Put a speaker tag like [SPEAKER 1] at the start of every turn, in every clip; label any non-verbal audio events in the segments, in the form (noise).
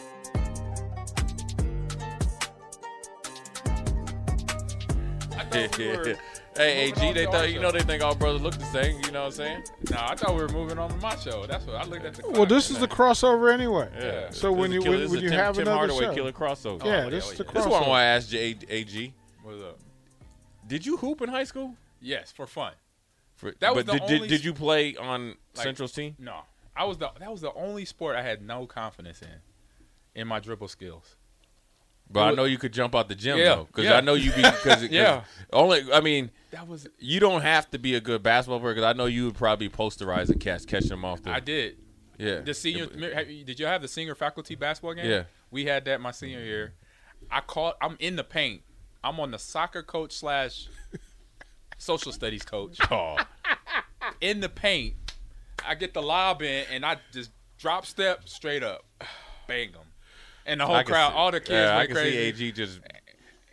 [SPEAKER 1] (laughs)
[SPEAKER 2] (laughs)
[SPEAKER 1] hey, hey, G, they thought you know they think all brothers look the same. You know what I'm saying?
[SPEAKER 3] Nah, I thought we were moving on to my show. That's what I looked at the.
[SPEAKER 2] Well, this is the
[SPEAKER 3] clock
[SPEAKER 2] crossover anyway.
[SPEAKER 3] Yeah.
[SPEAKER 2] So
[SPEAKER 1] This
[SPEAKER 2] when
[SPEAKER 1] is
[SPEAKER 2] you-
[SPEAKER 1] a killer-
[SPEAKER 2] when-
[SPEAKER 1] this is
[SPEAKER 2] when
[SPEAKER 1] a
[SPEAKER 2] you
[SPEAKER 1] Tim,
[SPEAKER 2] have
[SPEAKER 1] Tim
[SPEAKER 2] another
[SPEAKER 1] Hardaway
[SPEAKER 2] show.
[SPEAKER 1] killer crossover.
[SPEAKER 2] yeah,
[SPEAKER 3] yeah,
[SPEAKER 2] this
[SPEAKER 3] oh,
[SPEAKER 2] is the
[SPEAKER 3] yeah.
[SPEAKER 1] This is what I
[SPEAKER 2] crossover.
[SPEAKER 1] want to ask J- AG.
[SPEAKER 3] tonight. What's up?
[SPEAKER 1] Did you hoop in high school?
[SPEAKER 3] Yes, for fun.
[SPEAKER 1] For-
[SPEAKER 3] That was
[SPEAKER 1] but
[SPEAKER 3] the
[SPEAKER 1] did, did-
[SPEAKER 3] only
[SPEAKER 1] did,
[SPEAKER 3] sp-
[SPEAKER 1] you play on
[SPEAKER 3] Like-
[SPEAKER 1] Central's team?
[SPEAKER 3] No, I was the that was the only sport I had no confidence in, in my dribble skills.
[SPEAKER 1] But I
[SPEAKER 3] was-
[SPEAKER 1] know you could jump out the gym
[SPEAKER 3] Yeah,
[SPEAKER 1] though, because
[SPEAKER 3] yeah.
[SPEAKER 1] I know you
[SPEAKER 3] (laughs)
[SPEAKER 1] be because
[SPEAKER 3] Yeah.
[SPEAKER 1] Only I mean,
[SPEAKER 3] That was
[SPEAKER 1] you don't have to be a good basketball player because I know you would probably posterize a catch, catch them off the.
[SPEAKER 3] I did.
[SPEAKER 1] yeah.
[SPEAKER 3] The senior, have you- did you have the senior faculty basketball game?
[SPEAKER 1] Yeah.
[SPEAKER 3] we had that my senior year. I caught. I'm in the paint. I'm on the soccer coach slash social studies
[SPEAKER 1] (laughs)
[SPEAKER 3] coach.
[SPEAKER 1] Oh,
[SPEAKER 3] in the paint. I get the lob in, and I just drop step straight up, bang them, and the whole
[SPEAKER 1] I can
[SPEAKER 3] crowd,
[SPEAKER 1] see-
[SPEAKER 3] all the kids
[SPEAKER 1] yeah, I
[SPEAKER 3] went
[SPEAKER 1] can
[SPEAKER 3] crazy.
[SPEAKER 1] see AG just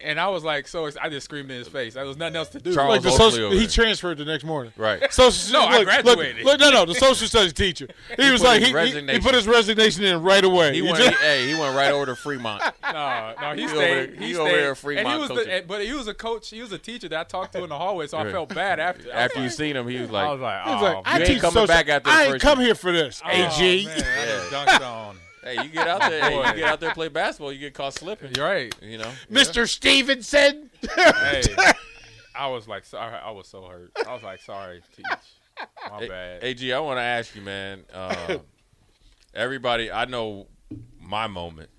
[SPEAKER 3] And I was like, so ex- I just screamed in his face. There was nothing else to do.
[SPEAKER 1] Charles
[SPEAKER 2] Like the
[SPEAKER 1] Oakley
[SPEAKER 2] social,
[SPEAKER 1] over
[SPEAKER 2] he
[SPEAKER 1] there.
[SPEAKER 2] transferred the next morning.
[SPEAKER 1] right.
[SPEAKER 2] (laughs) Social
[SPEAKER 3] No, I
[SPEAKER 2] look, look,
[SPEAKER 3] graduated.
[SPEAKER 2] Look, no, no, the social studies teacher.
[SPEAKER 1] (laughs)
[SPEAKER 2] He, was
[SPEAKER 1] put
[SPEAKER 2] like
[SPEAKER 1] his
[SPEAKER 2] he, he, he
[SPEAKER 1] resignation.
[SPEAKER 2] put his resignation in right away.
[SPEAKER 1] He
[SPEAKER 2] He
[SPEAKER 1] went.
[SPEAKER 2] (laughs) just-
[SPEAKER 1] he- hey, he went right over to Fremont.
[SPEAKER 3] no, no, he
[SPEAKER 1] You
[SPEAKER 3] stayed.
[SPEAKER 1] over-
[SPEAKER 3] he
[SPEAKER 1] you
[SPEAKER 3] stayed.
[SPEAKER 1] over here
[SPEAKER 3] and he
[SPEAKER 1] Fremont
[SPEAKER 3] was the,
[SPEAKER 1] coaching.
[SPEAKER 3] and- but he was a coach. He was a teacher that I talked to in the hallway, so I
[SPEAKER 1] Right.
[SPEAKER 3] felt bad after. I was
[SPEAKER 1] After you
[SPEAKER 3] like-
[SPEAKER 1] seen him, he was like,
[SPEAKER 3] I was like,
[SPEAKER 2] he was
[SPEAKER 3] oh,
[SPEAKER 2] like, I
[SPEAKER 1] ain't
[SPEAKER 2] teach
[SPEAKER 1] coming
[SPEAKER 2] social.
[SPEAKER 1] back after the
[SPEAKER 2] I ain't
[SPEAKER 1] first
[SPEAKER 2] come
[SPEAKER 1] year."
[SPEAKER 2] here for this.
[SPEAKER 3] oh,
[SPEAKER 2] AG.
[SPEAKER 3] man, I just dunked on.
[SPEAKER 1] "Hey, you get out there, hey,
[SPEAKER 3] (laughs) Boy.
[SPEAKER 1] you get out there, and play basketball. You get caught slipping.
[SPEAKER 3] You're right.
[SPEAKER 1] You know,
[SPEAKER 2] Mr. Stevenson.
[SPEAKER 1] (laughs)
[SPEAKER 3] Hey, I was like, sorry. I was so hurt. I was like, sorry, teach. My bad.
[SPEAKER 1] Ag, I want to ask you,
[SPEAKER 3] (laughs)
[SPEAKER 1] man. Uh, everybody, I know my moment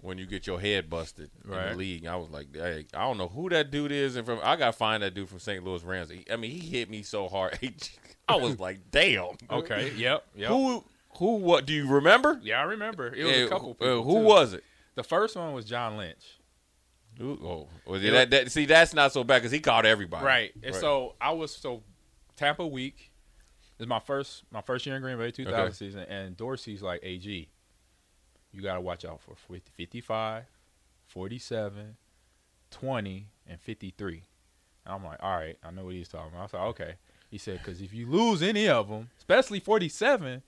[SPEAKER 1] when you get your head busted in
[SPEAKER 3] Right.
[SPEAKER 1] the league. I was like, hey, I don't know who that dude is, and from I got to find that dude from St. Louis Rams. He- I mean, he hit me so hard. (laughs) AG, I was like, damn.
[SPEAKER 3] okay. Yep. Yep.
[SPEAKER 1] Who? Who? What? Do you remember?
[SPEAKER 3] Yeah, I remember. It was
[SPEAKER 1] Yeah,
[SPEAKER 3] a couple
[SPEAKER 1] uh,
[SPEAKER 3] people.
[SPEAKER 1] who
[SPEAKER 3] too.
[SPEAKER 1] was it?
[SPEAKER 3] the first one was John Lynch.
[SPEAKER 1] Who- oh, was
[SPEAKER 3] It
[SPEAKER 1] it that, that- see, that's not so bad because he caught everybody.
[SPEAKER 3] Right. And so I was so Tampa week is my first my first year in Green Bay 2000
[SPEAKER 1] Okay.
[SPEAKER 3] season and Dorsey's like AG. You got to watch out for 50, 55, 47, 20 and 53. And I'm like, "All right, I know what he's talking about." I was like, "Okay." He said cuz if you lose any of them, especially 47,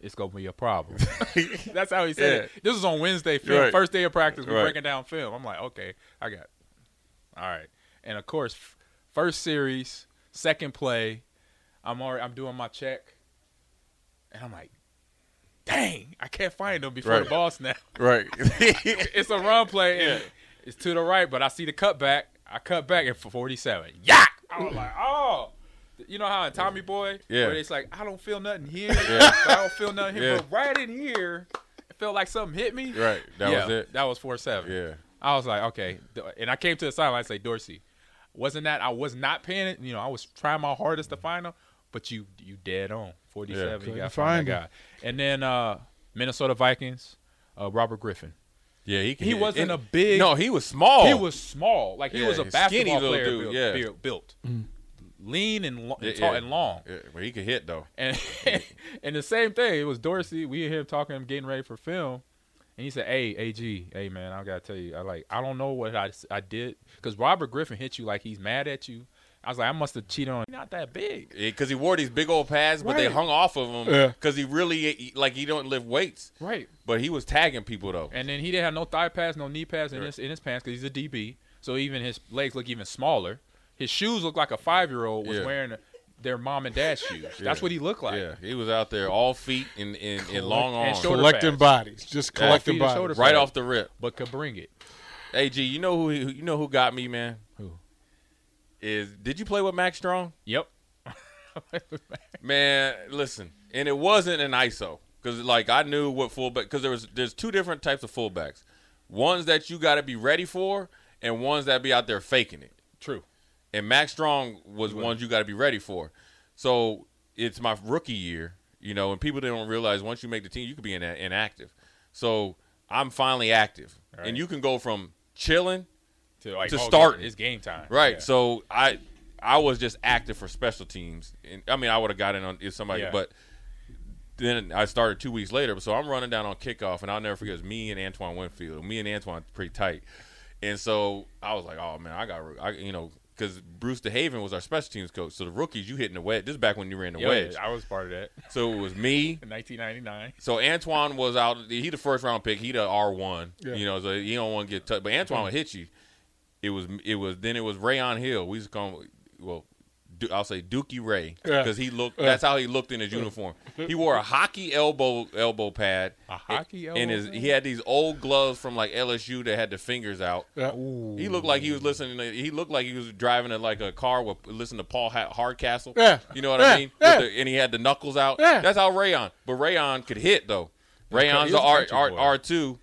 [SPEAKER 3] it's going to be a
[SPEAKER 1] (laughs)
[SPEAKER 3] problem. (laughs) That's how he said it. This was on Wednesday film,
[SPEAKER 1] Right.
[SPEAKER 3] first day of practice. We're
[SPEAKER 1] Right.
[SPEAKER 3] breaking down film. I'm like, okay, I got. It. All right, and of course, f- first series, second play, I'm already I'm doing my check, and I'm like, dang, I can't find him before
[SPEAKER 1] Right.
[SPEAKER 3] the ball snap. (laughs)
[SPEAKER 1] right.
[SPEAKER 3] it's a run play. and It's to the right, but I see the cutback. I cut back and for 47. Yak! I was
[SPEAKER 1] (laughs)
[SPEAKER 3] like, oh. You know how in Tommy Boy,
[SPEAKER 1] Yeah.
[SPEAKER 3] where it's like, I don't feel nothing here.
[SPEAKER 1] Yeah.
[SPEAKER 3] I don't feel nothing here.
[SPEAKER 1] (laughs) Yeah.
[SPEAKER 3] But right in here, it felt like something hit me.
[SPEAKER 1] right. That
[SPEAKER 3] Yeah,
[SPEAKER 1] was it.
[SPEAKER 3] That was 4 7.
[SPEAKER 1] Yeah.
[SPEAKER 3] I was like, okay. And I came to the sideline. I say, Dorsey, wasn't that I was not paying it? You know, I was trying my hardest to find him, but you you dead on forty
[SPEAKER 1] Yeah.
[SPEAKER 3] seven. you
[SPEAKER 2] Couldn't
[SPEAKER 3] got to find that
[SPEAKER 2] find
[SPEAKER 3] guy. And then uh, Minnesota Vikings, uh, Robert Griffin.
[SPEAKER 1] Yeah, he can
[SPEAKER 3] He
[SPEAKER 1] hit.
[SPEAKER 3] wasn't
[SPEAKER 1] And-
[SPEAKER 3] a big-
[SPEAKER 1] No, he was small.
[SPEAKER 3] He was small, like he
[SPEAKER 1] Oh. Yeah,
[SPEAKER 3] was a
[SPEAKER 1] he's
[SPEAKER 3] basketball
[SPEAKER 1] skinny little
[SPEAKER 3] player
[SPEAKER 1] dude,
[SPEAKER 3] built,
[SPEAKER 1] yeah.
[SPEAKER 3] built, built. lean and, lo- and
[SPEAKER 1] Yeah,
[SPEAKER 3] tall
[SPEAKER 1] yeah.
[SPEAKER 3] and long.
[SPEAKER 1] Yeah, but he could hit though.
[SPEAKER 3] And (laughs) and the same thing. It was Dorsey. We hear him talking, getting ready for film, and he said, "Hey, Ag, hey man, I gotta tell you, I like, I don't know what I, I did because Robert Griffin hit you like he's mad at you. I was like, I must have cheated on. you. Not that big.
[SPEAKER 1] Because he wore these big old pads, but they
[SPEAKER 3] Right.
[SPEAKER 1] hung off of him
[SPEAKER 2] Yeah.
[SPEAKER 1] because he really he- like he don't lift weights.
[SPEAKER 3] Right.
[SPEAKER 1] But he was tagging people though.
[SPEAKER 3] And then he didn't have no thigh pads, no knee pads in
[SPEAKER 1] Right.
[SPEAKER 3] his in his pants because he's a DB. So even his legs look even smaller. His shoes look like a five year old was
[SPEAKER 1] Yeah.
[SPEAKER 3] wearing their mom and
[SPEAKER 1] (laughs)
[SPEAKER 3] dad's shoes. That's what he looked like.
[SPEAKER 1] yeah, he was out there all feet and in, in, long
[SPEAKER 3] and
[SPEAKER 1] arms,
[SPEAKER 3] shoulder-
[SPEAKER 2] Collecting
[SPEAKER 3] pads.
[SPEAKER 2] bodies. Just collecting
[SPEAKER 3] Feet and shoulder
[SPEAKER 2] bodies.
[SPEAKER 1] right
[SPEAKER 3] pads.
[SPEAKER 1] off the rip.
[SPEAKER 3] But could bring it.
[SPEAKER 1] Ag, you know who he- you know who got me, man.
[SPEAKER 3] Who?
[SPEAKER 1] is? Did you play with Max Strong?
[SPEAKER 3] Yep.
[SPEAKER 1] Man, listen, and it wasn't an ISO because like I knew what fullback because there was there's two different types of fullbacks, ones that you got to be ready for and ones that be out there faking it.
[SPEAKER 3] True.
[SPEAKER 1] and Max Strong was ones you got to be ready for. So it's my rookie year, you know, and people don't realize once you make the team, you could be in, inactive. So I'm finally active,
[SPEAKER 3] Right.
[SPEAKER 1] and you can go from chilling
[SPEAKER 3] To, like,
[SPEAKER 1] To
[SPEAKER 3] oh,
[SPEAKER 1] start.
[SPEAKER 3] it's game time.
[SPEAKER 1] right.
[SPEAKER 3] Yeah.
[SPEAKER 1] So I I was just active for special teams, and I mean I would have gotten on if somebody,
[SPEAKER 3] Yeah.
[SPEAKER 1] but then I started two weeks later. So I'm running down on kickoff, and I'll never forget. It was me and Antoine Winfield. Me and Antoine pretty tight, and so I was like, oh man, I got I you know. Because Bruce DeHaven was our special teams coach, so the rookies you hitting the wedge. This is back when you were in the
[SPEAKER 3] Yeah,
[SPEAKER 1] wedge,
[SPEAKER 3] I was part of that
[SPEAKER 1] so it was me,
[SPEAKER 3] in 1999.
[SPEAKER 1] so Antoine was out. He the first round pick. He the R one.
[SPEAKER 2] Yeah.
[SPEAKER 1] You know, so he don't want to get touched. But Antoine would hit you. It was it was then it was Rayon Hill. We used to call him, well, Du- I'll say Dookie Ray
[SPEAKER 2] Yeah.
[SPEAKER 1] because he looked.
[SPEAKER 2] Yeah.
[SPEAKER 1] That's how he looked in his uniform. He wore a hockey elbow elbow pad.
[SPEAKER 3] A hockey
[SPEAKER 1] And his
[SPEAKER 3] elbow
[SPEAKER 1] he had these old gloves from like LSU that had the fingers out.
[SPEAKER 2] Yeah.
[SPEAKER 1] He looked like he was listening. To, he looked like he was driving a, like a car with listening to Paul Ha- Hardcastle.
[SPEAKER 2] Yeah.
[SPEAKER 1] you know what
[SPEAKER 2] Yeah.
[SPEAKER 1] I mean.
[SPEAKER 2] Yeah.
[SPEAKER 1] With the- and he had the knuckles out.
[SPEAKER 2] Yeah.
[SPEAKER 1] that's how Rayon. But Rayon could hit though. Rayon's
[SPEAKER 3] he
[SPEAKER 1] a
[SPEAKER 3] was a
[SPEAKER 1] R
[SPEAKER 3] country
[SPEAKER 1] R
[SPEAKER 3] boy.
[SPEAKER 1] R two,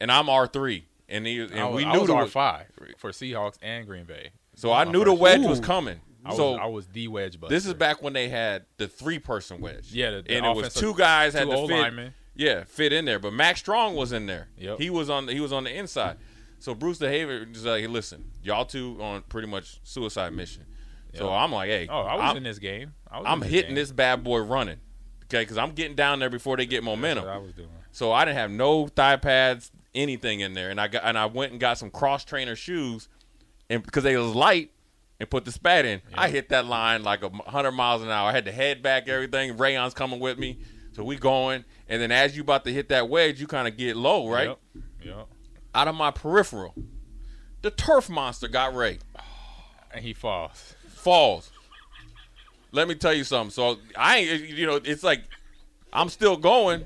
[SPEAKER 1] and I'm R three, and he and
[SPEAKER 3] I was,
[SPEAKER 1] we
[SPEAKER 3] I
[SPEAKER 1] knew
[SPEAKER 3] was
[SPEAKER 1] the
[SPEAKER 3] R five for Seahawks and Green Bay.
[SPEAKER 1] so I
[SPEAKER 3] my
[SPEAKER 1] knew the
[SPEAKER 3] first-
[SPEAKER 1] wedge was
[SPEAKER 2] Ooh.
[SPEAKER 1] coming.
[SPEAKER 3] I was,
[SPEAKER 1] so
[SPEAKER 3] I was the wedge buster.
[SPEAKER 1] this is back when they had the three person wedge.
[SPEAKER 3] Yeah, the- the
[SPEAKER 1] and it was
[SPEAKER 3] offensive-
[SPEAKER 1] two guys had
[SPEAKER 3] two
[SPEAKER 1] to
[SPEAKER 3] old
[SPEAKER 1] fit.
[SPEAKER 3] linemen.
[SPEAKER 1] Yeah, fit in there. But Max Strong was in there.
[SPEAKER 3] Yep.
[SPEAKER 1] He was on the, he was on the inside. So Bruce DeHaver just like, hey, listen, y'all two on pretty much suicide mission. So
[SPEAKER 3] Yep.
[SPEAKER 1] I'm like, hey,
[SPEAKER 3] Oh, I was
[SPEAKER 1] am
[SPEAKER 3] in this game. I was
[SPEAKER 1] I'm
[SPEAKER 3] in this
[SPEAKER 1] hitting
[SPEAKER 3] game.
[SPEAKER 1] this bad boy running. Okay, because I'm getting down there before they get momentum.
[SPEAKER 3] That's what I was doing.
[SPEAKER 1] So I didn't have no thigh pads, anything in there, and I got and I went and got some cross trainer shoes, and because they was light, and put the spat in. I hit that line like a m- hundred miles an hour. I had the head back, everything. Rayon's coming with me, so we going. And then as you about to hit that wedge, you kind of get low, right?
[SPEAKER 3] Yep. yep.
[SPEAKER 1] Out of my peripheral, the turf monster got Ray
[SPEAKER 3] And he falls.
[SPEAKER 1] falls. Let me tell you something. So I, ain't- you know, it's like I'm still going.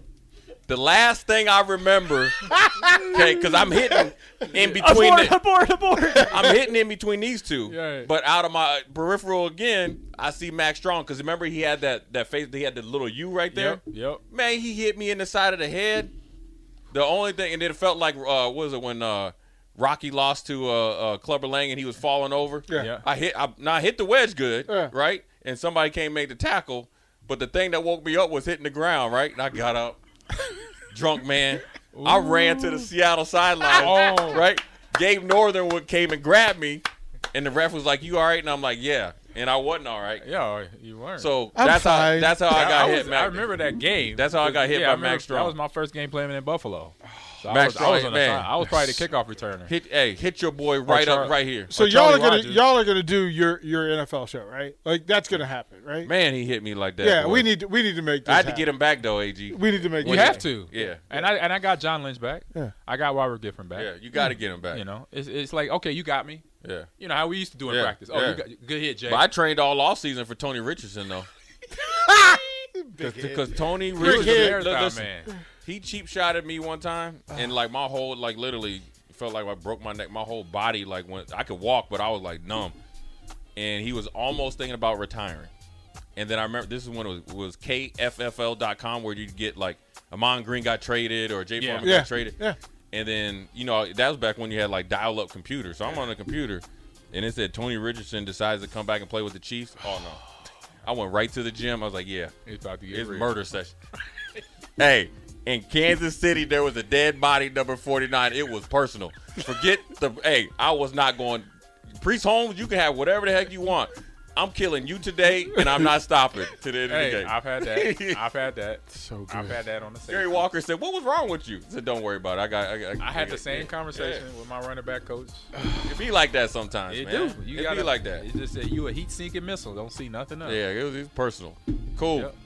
[SPEAKER 1] The last thing I remember, okay, because I'm hitting in between. The,
[SPEAKER 3] abort, abort.
[SPEAKER 1] (laughs) I'm hitting in between these two.
[SPEAKER 2] Yeah.
[SPEAKER 1] But out of my peripheral again, I see Max Strong because remember he had that that face. He had the little U right there.
[SPEAKER 3] yep. Yep.
[SPEAKER 1] Man, he hit me in the side of the head. The only thing, and then it felt like uh, what was it when uh, Rocky lost to uh, uh, Clubber Lang and he was falling over?
[SPEAKER 2] Yeah.
[SPEAKER 3] Yeah.
[SPEAKER 1] I hit I, now I hit the wedge good,
[SPEAKER 2] Yeah.
[SPEAKER 1] right? And somebody came make the tackle, but the thing that woke me up was hitting the ground, right? And I got
[SPEAKER 2] (laughs)
[SPEAKER 1] up, drunk man. I ran to the Seattle sideline,
[SPEAKER 3] Oh.
[SPEAKER 1] right? Gabe Northern would came and grabbed me, and the ref was like, "You all right?" And I'm like, "Yeah," and I wasn't all right.
[SPEAKER 3] Yeah, you weren't.
[SPEAKER 1] So
[SPEAKER 2] I'm
[SPEAKER 1] that's how
[SPEAKER 2] fine.
[SPEAKER 1] that's how I got
[SPEAKER 3] was-
[SPEAKER 1] hit. Mac.
[SPEAKER 3] I remember that game.
[SPEAKER 1] That's how I got hit
[SPEAKER 3] Yeah,
[SPEAKER 1] by
[SPEAKER 3] I remember-
[SPEAKER 1] Max Strong.
[SPEAKER 3] That was my first game playing in Buffalo. So
[SPEAKER 1] Max
[SPEAKER 3] I was, I was
[SPEAKER 1] Strong,
[SPEAKER 3] on the
[SPEAKER 1] man.
[SPEAKER 3] side. I was probably the kickoff
[SPEAKER 1] (laughs)
[SPEAKER 3] returner.
[SPEAKER 1] hit hey hit your
[SPEAKER 3] Oh,
[SPEAKER 1] boy right up
[SPEAKER 3] Charlie-
[SPEAKER 1] right here.
[SPEAKER 2] So
[SPEAKER 3] Or
[SPEAKER 2] y'all are
[SPEAKER 3] Charlie
[SPEAKER 2] gonna
[SPEAKER 3] Rogers.
[SPEAKER 2] y'all are gonna do your your NFL show, right? Like that's gonna happen, right?
[SPEAKER 1] Man, he hit me like that.
[SPEAKER 2] yeah,
[SPEAKER 1] boy.
[SPEAKER 2] we need to, we need to make. This
[SPEAKER 1] I had to
[SPEAKER 2] happen.
[SPEAKER 1] get him back though, Ag.
[SPEAKER 2] We need to make.
[SPEAKER 3] You
[SPEAKER 2] this
[SPEAKER 3] have
[SPEAKER 2] happen.
[SPEAKER 3] to.
[SPEAKER 1] Yeah.
[SPEAKER 3] And I and I got John Lynch back.
[SPEAKER 2] Yeah.
[SPEAKER 3] I got Robert Gifford back.
[SPEAKER 1] Yeah, you got to get him back.
[SPEAKER 3] You know, it's it's like okay, you got me.
[SPEAKER 1] Yeah.
[SPEAKER 3] You know how we used to do in
[SPEAKER 1] Yeah,
[SPEAKER 3] practice. Oh,
[SPEAKER 1] yeah.
[SPEAKER 3] you got, good hit, Jay.
[SPEAKER 1] But I trained all offseason for Tony Richardson though. Because Tony
[SPEAKER 3] he was a
[SPEAKER 1] Richardson,
[SPEAKER 3] marathon
[SPEAKER 1] listen,
[SPEAKER 3] man.
[SPEAKER 1] he cheap shotted me one time, and like my whole like literally felt like I broke my neck. My whole body like went. I could walk, but I was like numb. And he was almost thinking about retiring. And then I remember this is when it was, was KFFL.com where you'd get like Amon Green got traded or Jay
[SPEAKER 3] Yeah.
[SPEAKER 1] Foreman
[SPEAKER 2] Yeah.
[SPEAKER 1] got traded.
[SPEAKER 2] (laughs) Yeah.
[SPEAKER 1] And then, you know, that was back when you had like dial up computers. So I'm on a computer and it said Tony Richardson decides to come back and play with the Chiefs. Oh no. I went right to the gym. I was like, yeah,
[SPEAKER 3] It's about to get
[SPEAKER 1] it's
[SPEAKER 3] real.
[SPEAKER 1] murder session. (laughs) hey, in Kansas City, there was a dead body number 49. It was personal. Forget the. Hey, I was not going. Priest Holmes, you can have whatever the heck you want. I'm killing you today, and I'm not stopping to the end of the
[SPEAKER 3] Hey,
[SPEAKER 1] game.
[SPEAKER 3] I've had that.
[SPEAKER 1] (laughs)
[SPEAKER 3] I've had that.
[SPEAKER 2] So good.
[SPEAKER 3] I've had that on the same.
[SPEAKER 1] Gary Walker said, "What was wrong with you?" I said, "Don't worry about it. I got." I, got-
[SPEAKER 3] I had the
[SPEAKER 1] got-
[SPEAKER 3] same conversation with my running back coach.
[SPEAKER 1] It be like that sometimes,
[SPEAKER 3] It
[SPEAKER 1] man.
[SPEAKER 3] do. You
[SPEAKER 1] it
[SPEAKER 3] gotta
[SPEAKER 1] be like that.
[SPEAKER 3] It just said you a heat sinking missile. Don't see nothing else.
[SPEAKER 1] Yeah, it was, it's personal. Cool.
[SPEAKER 3] Yep.